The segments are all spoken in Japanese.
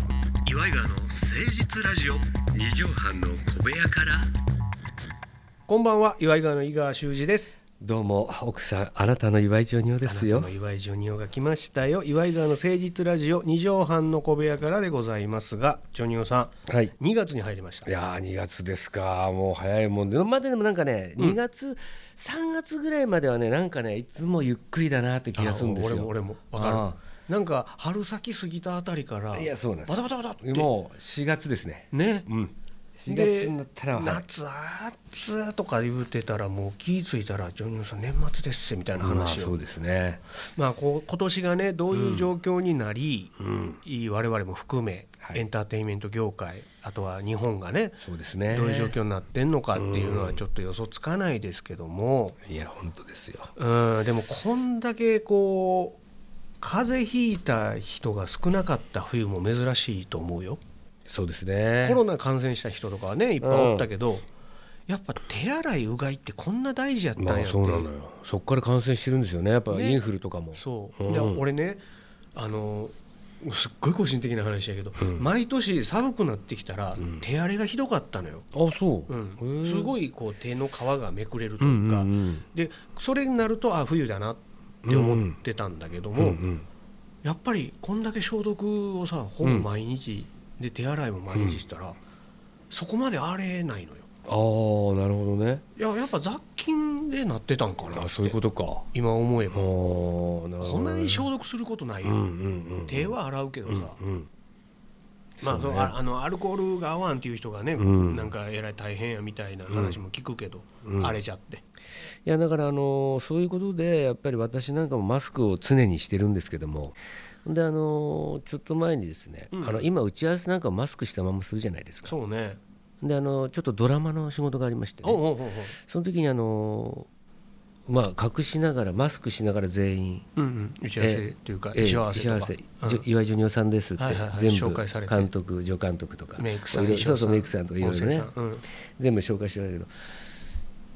イガーの誠実ラジオ二畳半の小部屋からこんばんは岩井川の井川修司ですどうも奥さんあなたの岩井ジョニオであなすたよの岩井ジョニオが来ましたよ岩井川の誠実ラジオ二畳半の小部屋からでございますがジョニオさはいん2月に入りましたいやー2月ですかもう早いもんでまあでもなんかね、2月3月ぐらいまではねなんかねいつもゆっくりだなって気がするんですよあ俺も俺もわかるなんか春先過ぎたあたりからいやそうなんですバタバタバタってもう4月ですねねうん4で月になったらはい夏暑とか言うてたらもう気ぃ付いたらジョニオさん年末ですみたいなまあ話を、そうですねまあ、こう今年がねどういう状況になり、いい我々も含め、はいエンターテインメント業界あとは日本がねそうですねどういう状況になってんのかっていうのはちょっと予想つかないですけども、いや本当ですようん、でもこんだけこう風邪ひいた人が少なかった冬も珍しいと思うよ。そうですねコロナ感染した人とかはねいっぱいおったけど、やっぱ手洗いうがいってこんな大事やったんやっまて、あそうなのよそっから感染してるんですよねやっぱねインフルとかも、そう、うんいや俺ねあのすっごい個人的な話やけど、毎年寒くなってきたら、手荒れがひどかったのよ、あそう、うんへーすごいこう手の皮がめくれるとういんううか、んうんでそれになるとあ冬だなって思ってたんだけども、うんうんやっぱりこんだけ消毒をさほぼ毎日、で手洗いも毎日したら、そこまで荒れないのよああなるほどねいややっぱ雑菌でなってたんかなあっそういうてことか今思えあば、ーなるほどねこんなに消毒することないよ、うんうんうん手は洗うけどさ、うんうんまあ、そそううねああのアルコールが合わんっていう人がね、うんなんかえらい大変やみたいな話も聞くけど、うん荒れちゃって、いやだからあのそういうことでやっぱり私なんかもマスクを常にしてるんですけどもであのちょっと前にですね、うんあの今打ち合わせなんかマスクしたままするじゃないですかそうねであのちょっとドラマの仕事がありまして、おうね、おうおうその時にあのまあ隠しながらマスクしながら全員おう、うんうん、打ち合わせっていうか、ええ打ち合わせとか、打ち合わうんせじょ岩井ジョニオさんですってはいはいはい全部紹介されて監督助監督とかメイクさんいろい衣ろ装そうそうメイクさんとかいろいろね音声さんうん全部紹介してたけど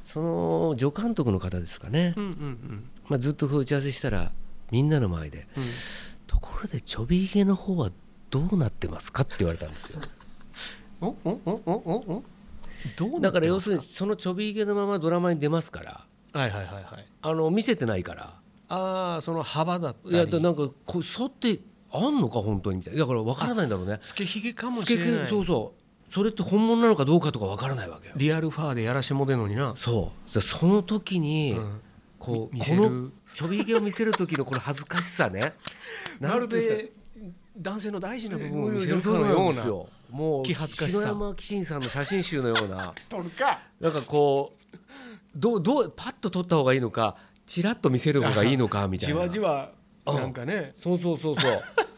その助監督の方ですかね、うんうんうんまあ、ずっとこう打ち合わせしたらみんなの前でうん「ところでちょびひげの方はどうなってますか?」って言われたんで すよおおおおおおどうなだっかてら要ますするにそのちょびひげのままドラマに出ますからはいはいはいはいあの見せてないからああその幅だったいりやだなんかこう剃ってあんのか本当にみたいなだから分からないんだろうねつけひげかもつしけれないそうそうそれって本物なのかどうかとか分からないわけよリアルファーでやらしてもでんのにな、そうだその時に、うんこうみ見こせるのちょびひげを見せる時のこの恥ずかし さねまなんるていうんですでか男性の大事な部分もをう見せるかのようなもう気恥ずかしさ篠山紀信さんの写真集のような取るかなんかこうどうどうパッと撮った方がいいのかちらっと見せる方がいいのかみたいじなわじわうんなんかねそうそうそうそう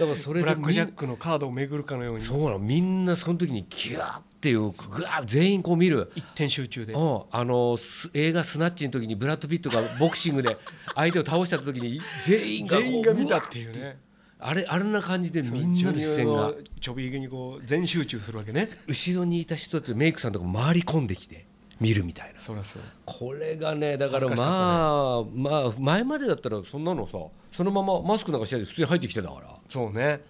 だからそれブでラックジャッみんクのカードを巡るかのようにそうなのみんなその時にギューっていうグワー全員こう見る一点集中でうん、あのす映画「スナッチ」の時にブラッド・ピットがボクシン グで相手を倒した時に全員がこう全員が見たうわっていうねあれあんな感じでみんなで視線ジがョニオのちょびひげにこう全集中するわけね後ろにいた人たちメイクさんとかも回り込んできて見るみたいなそらそうこれがねだから恥ずかしまあ、まあ前までだったらそんなのさそのままマスクなんかしないで普通に入ってきてたからそうね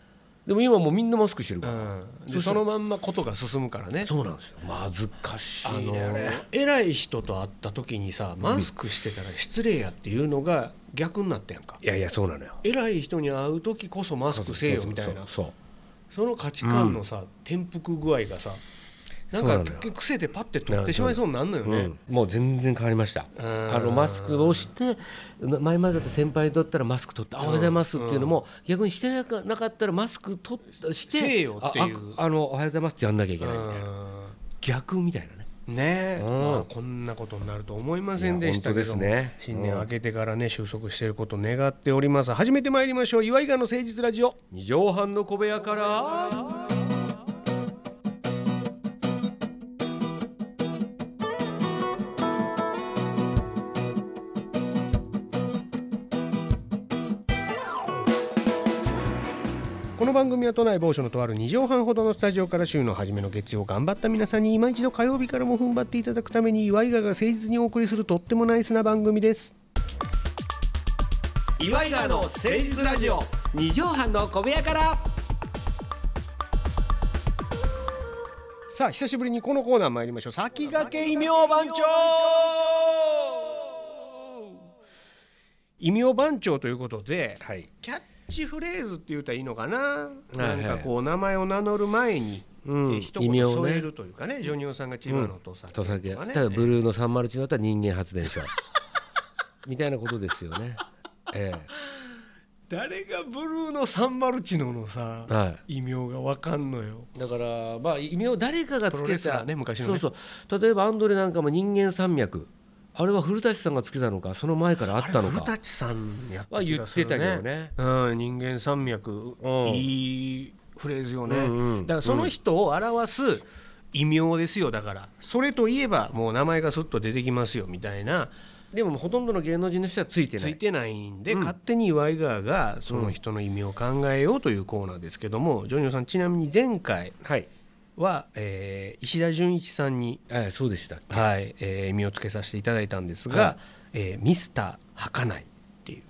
でも今もうみんなマスクしてるうから、んでそのまんまことが進むからねそうなんですよまずかしあいのねあれ偉い人と会った時にさマスクしてたら失礼やっていうのが逆になったやんかいやいやそうなのよ偉い人に会う時こそマスクせえよみたいなそうそうそうその価値観のさ転覆具合がさなんそうなのかよ癖でパッて取ってしまいそうになるのようねん、もう全然変わりましたうんあのマスクをしてな前までだと先輩だったらマスク取って「あおはようございます」っていうのも逆にしてなかなかったらマスク取っしてせえよっていうあああの「おはようございます」ってやんなきゃいけないみたいなう逆みたいなねんねえ、うんまあ、こんなことになると思いませんでしたけども、いや本当ですね新年明けてからね収束していることを願っております初めて参りましょう岩井川の誠実ラジオ二畳半の小部屋からこの番組は都内某所のとある2畳半ほどのスタジオから週の初めの月曜頑張った皆さんに今一度火曜日からも踏ん張っていただくために岩井川が誠実にお送りするとってもナイスな番組です岩井川の誠実ラジオ二畳半の小部屋からさあ久しぶりにこのコーナー参りましょう先駆け異名番長異名番長ということではいキャッチフレーズって言うたらいいのかなはないんかこう名前を名乗る前にうんえー一異言名をね添えるというかねジョニオさんが千葉の土佐とさけとかねただブルーの301だったら人間発電所みたいなことですよねえ誰がブルーのサンマルチノのさえはい異名がわかんのよだからまあ異名を誰かがつプロけレスたラーね昔のねそうそう例えばアンドレなんかも人間山脈あれは古舘さんがつけたのかその前からあったの古か舘さんやったは気言がっすてるたけどねうん、人間山脈、うんいいフレーズよね、うんうんだからその人を表す異名ですよだからそれといえばもう名前がすっと出てきますよみたいなでもほとんどの芸能人の人はついてなついいてないんで、勝手に岩井川がその人の異名を考えようというコーナーですけども、ジョニオさんちなみに前回はい、は、えー石田純一さんに、ええそうでしたっけはいえー異名をつけさせていただいたんですが、はえーミスター儚いっていう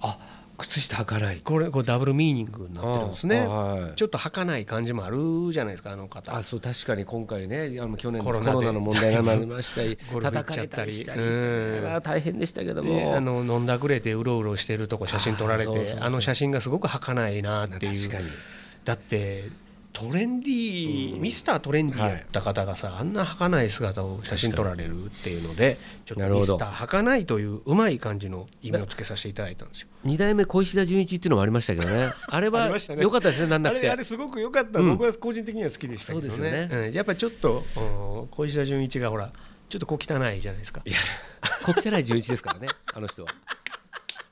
あ靴下履かないこれこれダブルミーニングになってるんですね。ああはいちょっと儚い感じもあるじゃないですかあの方あそう確かに今回ねあの去年ココロロナでナの問題がありましたり ゴルフ行っ叩かちゃっれたたりりしたりしてうんああ大変でしたけどでもあの飲んだくれてうろうろしてるとこ写真撮られてああそうそうそうの写真がすごく儚いなっていう確かにだってトレンディーミスタートレンディーやった方がさ、あんな儚い姿を写真撮られるっていうのでちょっなとるほミどスター儚いといううまい感じの意味をつけさせていただいたんですよ。二代目小石田純一っていうのもありましたけどねあれ あはりましたね良かったですねなんあなくれてあれすごく良かった、僕は個人的には好きでしたけどねそうですようんやっぱりちょっとうん小石田純一がほらちょっと小汚いじゃないですかいや、小汚い純一ですからね、あの人は。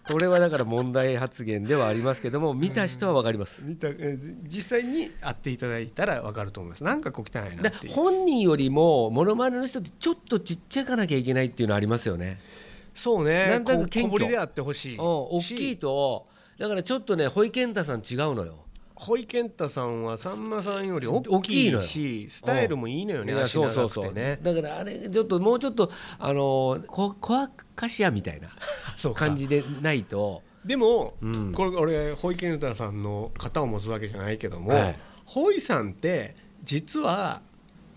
これはだから問題発言ではありますけども、見た人はわかります。見たえー実際に会っていただいたら分かると思いますなんかこう汚いなだっていう本人よりもモノマネの人ってちょっとちっちゃかなきゃいけないっていうのありますよね。そうねなんとなく謙虚こ小ぶりであってほしういん、大きいしとだからちょっとねホイケンタさん違うのよ。ほいけんたさんはさんまさんより大大ききいのいよしスタイルもいいのよね足長くてねだからあれちょっともうちょっとあのこ小アカシアみたいなそう感感じじでないと。でも、うんこれ俺ほいけんたさんの型を持つわけじゃないけども、はいほいさんって実は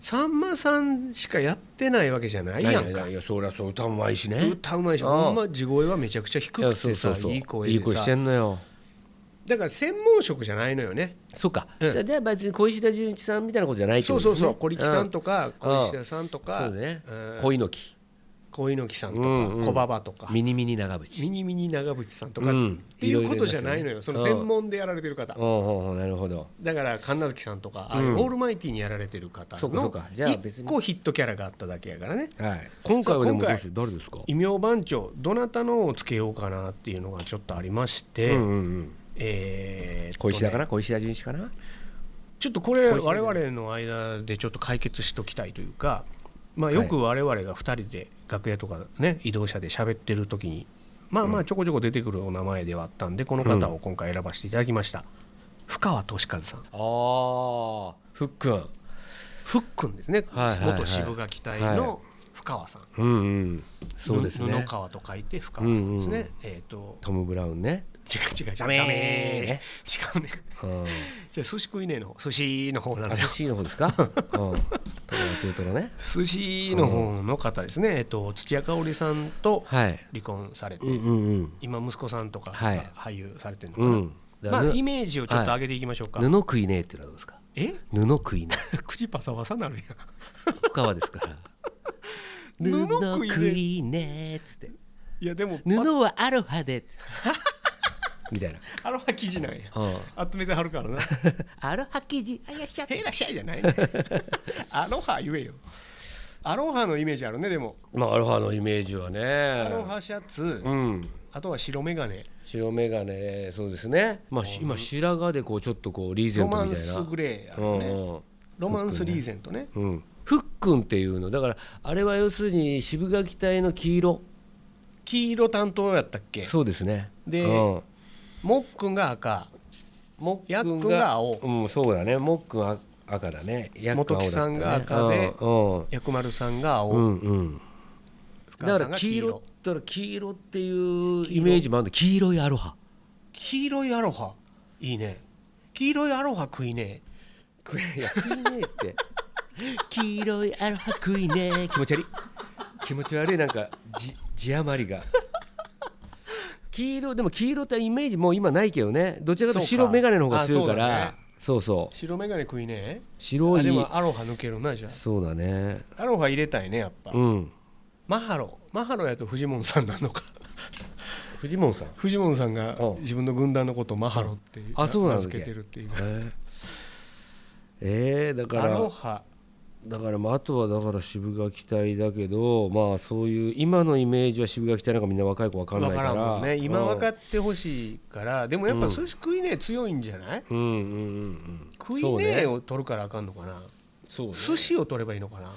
さんまさんしかやってないわけじゃないやんかいやそりゃそう歌うまいしね。歌うまいしうんほんま地声はめちゃくちゃ低いやくそうてそさうそういい声いいで声しさてんのよ。だから専門職じゃないのよね。そうか、うんじゃあ別に小石田純一さんみたいなことじゃないってそこうとそでうすねそう、小力さんとか、小石田さんとうんか、そうねうん恋の木小猪木さんとうんうか、ん小馬場とか、ミニミニ長渕ミニミニ長渕さんとかうんっていうことじゃないのよ。いそろいのろいますよね専門でやられてる方お。うおうおうなるほどだから神奈月さんとか、ああいううんオールマイティにやられてる方そうかそうのかじゃあ別一に個ヒットキャラがあっただけやからね。はい今回はでもさあ今回どうしよう誰ですか異名番長どなたのをつけようかなっていうのがちょっとありまして、うんうんうんえーっとね小石田かな小石田純一かなちょっとこれ我々の間でちょっと解決しときたいというか、まあ、よく我々が2人で楽屋とかね移動車で喋ってる時にまあまあちょこちょこ出てくるお名前ではあったんでこの方を今回選ばせていただきました、深川俊和さんあーふっくんふっくんですね、はいはいはい元渋垣隊はいの深川さん、うんうんそうですぬね布川と書いて深川さんですね、うんうんえっ、とトム・ブラウンね違う違う違うダメーね違うね うんじゃあ寿司食いねえの寿司の方なんあだ寿よ司の方で すかうん友達中トロね寿司の方の方ですね、えっと、土屋香織さんとはい離婚されて、うんうんうん今息子さんとかがはい俳優されてるのかうな、んだかまらあぬイメージをちょっと上げていきましょうか、布食いねえっていうのはどうですかえ 布食いねえ口パサパサなるやん深川ですから。布 食布いね食いねっつっていやでもパ布はアロハでっつって みたいな、アロハ生地なんやうん、あっとめてはるからなアロハ生地あいらっしゃいへいらっしゃいじゃ ないねアロハ言えよアロハのイメージあるねでもまあアロハのイメージはねアロハシャツ、うんあとは白眼鏡白眼鏡そうですねまあし今白髪でこうちょっとこうリーゼロントマみンたいスなグレーあるうんね、うんロマンスリーゼントねうんふっくんっていうのだからあれは要するに渋垣隊の黄色黄色担当やったっけそうですねでうんもっくんが赤もやっくんが青うん、そうだねもっくんあ赤だねやっく元木青ださったねんが赤でうんうん薬丸さんが青、うんうん、深川さだからんが黄黄色色だから黄色っていうイメージもあるんだ黄色いアロハ黄色いアロハいいね黄色いアロハ食いねいや食いねえって 黄色いアロハクイね気持ち悪い気持ち悪いなんかじ字余りが黄色でも黄色ってイメージもう今ないけどねどちらかというとそう白か眼鏡の方が強いかあそうだらねそうそう白眼鏡食いね白あでいもアロハ抜けるなじゃそうだねあアロハ入れたいねやっぱ、うんマハロマハロやとフジモンさんなのかフジモンさんフジモンさんがうん自分の軍団のことをマハロってあそうなんだっけ名付けてるっていうえー、だかアロらハだからまああとはだから渋垣隊だけどまあそういう今のイメージは渋垣隊なんかみんな若い子わかんない分かかららんもんね今分かっってほしいからでもやっぱ寿司食いね強いんじゃない、うんうんうんうん食いねそうねを取るからあかんのかなそうね寿司を取ればいいのかな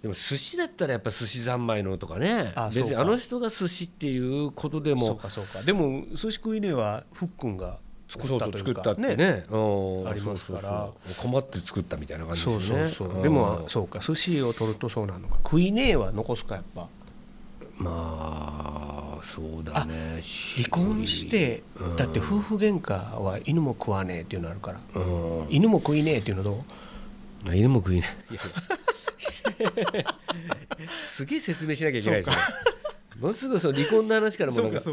でも寿司だったらやっぱ寿司三昧のとかねあ別そうにかあの人が寿司っていうことでそうもかそうかでも寿司食いねはふっくんが作ったというか作ったってねうんありますからそうそうそう困って作ったみたいな感じそうですそようねそう、んでもそうか寿司を取るとそうなのか食いねえは残すかやっぱまあそうだね離婚して、だって夫婦喧嘩は犬も食わねえっていうのあるからうん犬も食いねえっていうのどうあ犬も食いねすげえ説明しなきゃいけないですねもうすぐその離婚の話からもなんかうか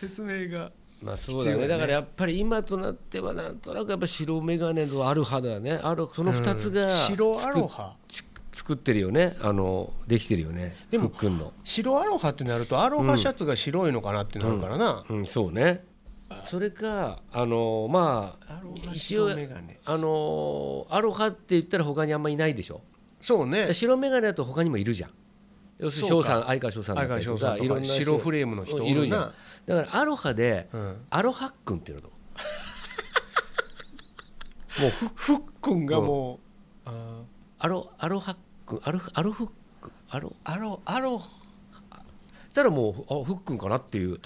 説明がまあそうだね必要だねだからやっぱり今となってはなんとなくやっぱ白眼鏡とアルハだねあるその2つが白アロ作っハち作ってるよねあのできてるよねでもふっくんの白アロハってなるとアロハシャツが白いのかなってなるからな、うんそうねそれかあのまあアロハ一応白眼鏡あのアロハって言ったら他にあんまいないでしょそうね白眼鏡だと他にもいるじゃん要するにそう翔かさん相川翔さんだったりと相川翔さんかとかいろんな人白フレームの人いるじゃおんだからアロハで、うんアロハっくんっていうのともうふふっくんがもう、あアロアロハっくんアロアロフックアローアロアロしたらもうあふっくんかなっていう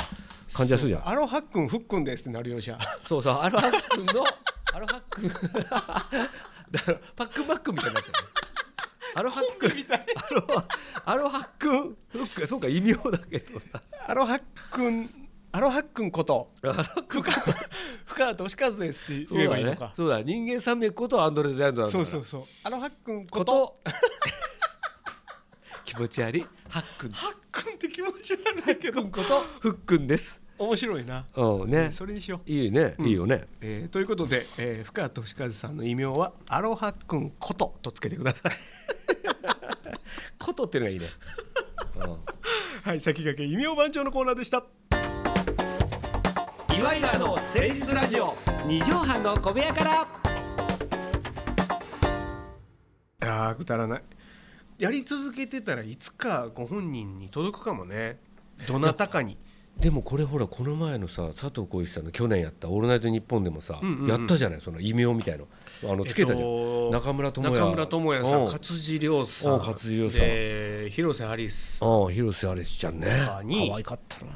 感じがするじゃんアロハックンふっくんですってなるよじゃあ そうそうアロハっくんの アロハっくんだから パックンパックンみたいになっちゃうねアロハっくんみたいアロハアロハっくんふっくんそうか異名だけど なアロハックンアロハックンことアロハっくん深川俊和ですってそう言えだばいいのねかそうだ人間山脈ことアンドレ・ザヤンドなんだそかうらそうそうアロハックンここと と気持ち悪いハックンハックンって気持ち悪いけどことフックンです面白いな、うんねそれにしよう、いいねいいよねえーということで、えー、深川俊和さんの異名はアロハックンこととつけてくだ さいことっていうのがいいねはい先駆け異名番長のコーナーでした岩井川の誠実ラジオ二畳半の小部屋からあーくだらないやり続けてたらいつかご本人に届くかもねどなたかにでもこれほらこの前のさ佐藤浩市さんの去年やった「オールナイトニッポン」でもさうんうんうんやったじゃないその異名みたいのあのつけたじゃえっとん中村智也中村智也さうんん勝地涼さうんん勝地涼さんで広瀬アリスさん、うん広瀬アリスちゃんね中に可愛かったな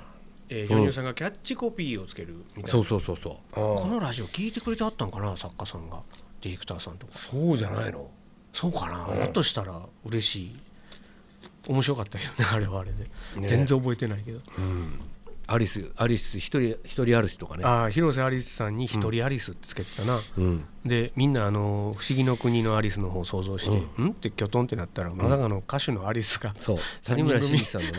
えー、女優さんがキャッチコピーをつけるみたいそな、うそうそうそうこうんのラジオ聞いてくれてあったんかな作家さんがディレクターさんとかそうじゃないのそうかな、だとしたら嬉しい面白かったよね あれはあれで、ね全然覚えてないけど、アリスアリス一人一人アリスとかねああ広瀬アリスさんに「一人アリス」ってつけてたな、うんでみんなあの「不思議の国のアリス」の方を想像して「うん?」ってきょとんってなったらまさかの歌手のアリスがそう谷村新司さんのね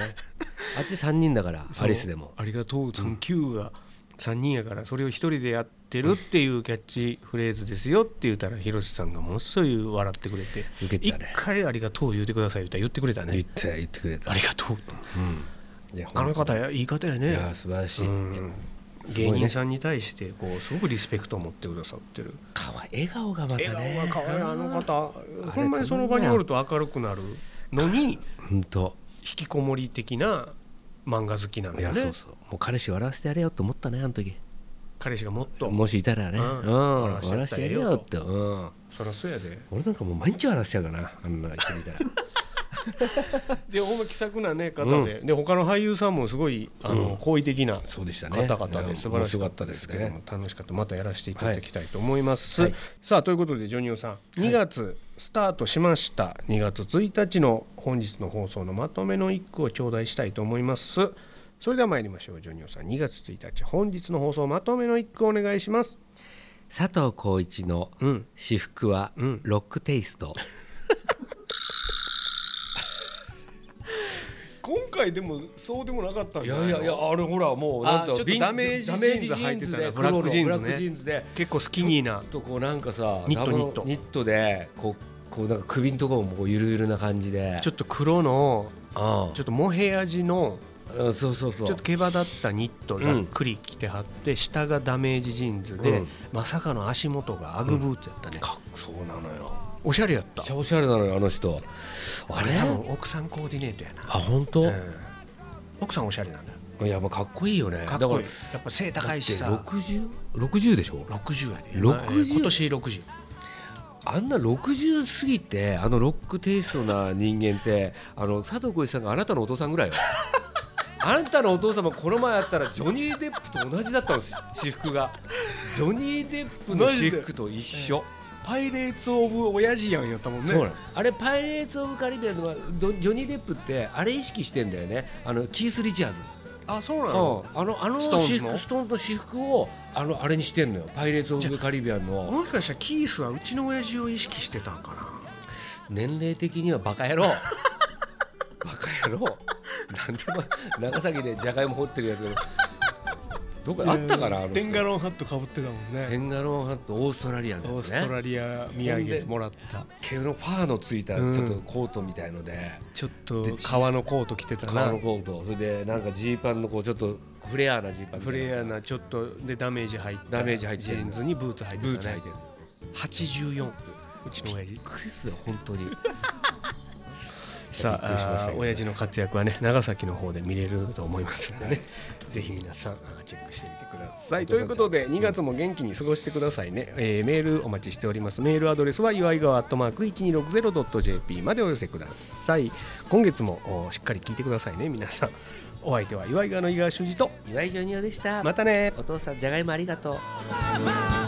あっち3人だからそうアリスでもありがとう、サンキューが3人やから、それを一人でやってるっていうキャッチフレーズですよって言ったら、広瀬さんがものすごい笑ってくれて、受け一たね回ありがとう言ってください言ったら言ってくれた言っね。て言ってくれたありがとう。いやあのほんと方、言い方やいね。や素晴らしういんす芸ごいね人さんに対してこうすごくリスペクトを持ってくださってるかわい笑顔がまた笑ね顔が可愛いあの方あほんまにその場におると明るくなるのに引本当きこもり的な漫画好きなのいよやそうねそうもう彼氏笑わせてやれよと思ったねあの時彼氏がもっともしいたらねううんん笑笑わわせせてやれてやれよよとってうんそりゃそうやで俺なんかもう毎日笑わせちゃうかなあんな人見 たらでほんま気さくな、ね、方で,、で他の俳優さんもすごいあの、好意的なそうでしたね方々で、素晴らしかったですけども、面白かっ楽しかったまたやらせていただきたいと思います、はいさあということでジョニオさん2月スタートしました、2月1日の本日の放送のまとめの一句を頂戴したいと思いますそれでは参りましょうジョニオさん2月1日本日の放送まとめの一句お願いしますたですね佐藤浩市のうん私服はうんロックテイスト回でもそうでもなかったんいじゃやないのやいやあれほらもうあなんちょっとビンダメージジーンズダメジーンズ履いてたねでブラックジーンズね黒のブラックジーンズで結構スキニーなちょっとこうなんかさニットダブのニットニットでこうこうなんか首のところもこうゆるゆるな感じでちょっと黒のあちょっとモヘ味のあうんそうそうそうちょっと毛羽だったニットざっくり着てはって、下がダメージジーンズで、うんまさかの足元がアグブーツやったね、かそうなのよおしゃれやっためっちゃおしゃれなのよあの人あれ多分奥さんコーディネートやな、あ本当、うん奥さんおしゃれなんだよいやまあかっこいいよねかっこいいだかやっぱ背ら高いしさ六十六十でしょ60やね60今年60あんな60過ぎてあのロックテイストな人間ってあの佐藤浩市さんがあなたのお父さんぐらいよあなたのお父様この前あったらジョニー・デップと同じだったのし私服がジョニー・デップのマジで私服と一緒パイレーツ・オブ・親父やんやったもんねそうなのあれパイレーツ・オブ・カリビアンのどジョニー・デップってあれ意識してんだよねあのキース・リチャーズあそうなの、うんあのあのストーンズ私服のストーンズの私服をあのあれにしてんのよパイレーツ・オブ・カリビアンのもしかしたらキースはうちの親父を意識してたんかな年齢的にはバカ野郎 バカ野郎なんでも長崎でじゃがいも掘ってるやつがどっかあったかなあの人テンガロンハットかぶってたもんテねンガロンハットオーストラリアのオやーつストねラリア土産でもらった毛のファーのついたちうょんっとコートみたいので、ちょっと革のコート着てた革なのコートそれでなんかジーパンのこうちょっとフレアなジーパンみフたいレアなちょっとでダメージ入ったダメージ入ってジるーンズにブーツ入ってブーツた履いねてる84うちの親父クリスだよ本 当にさびっくりしましたあけど親父の活躍はね長崎の方で見れると思いますのでねぜひ皆さんあチェックしてみてくださいということで2月も元気に過ごしてくださいね、えーメールお待ちしておりますメールアドレスは祝い川アットマーク 1260.jp までお寄せください今月もおしっかり聞いてくださいね皆さんお相手は祝い川の井川修司と岩井ジョニオでしたまたねお父さんじゃがいもありがとう Mama,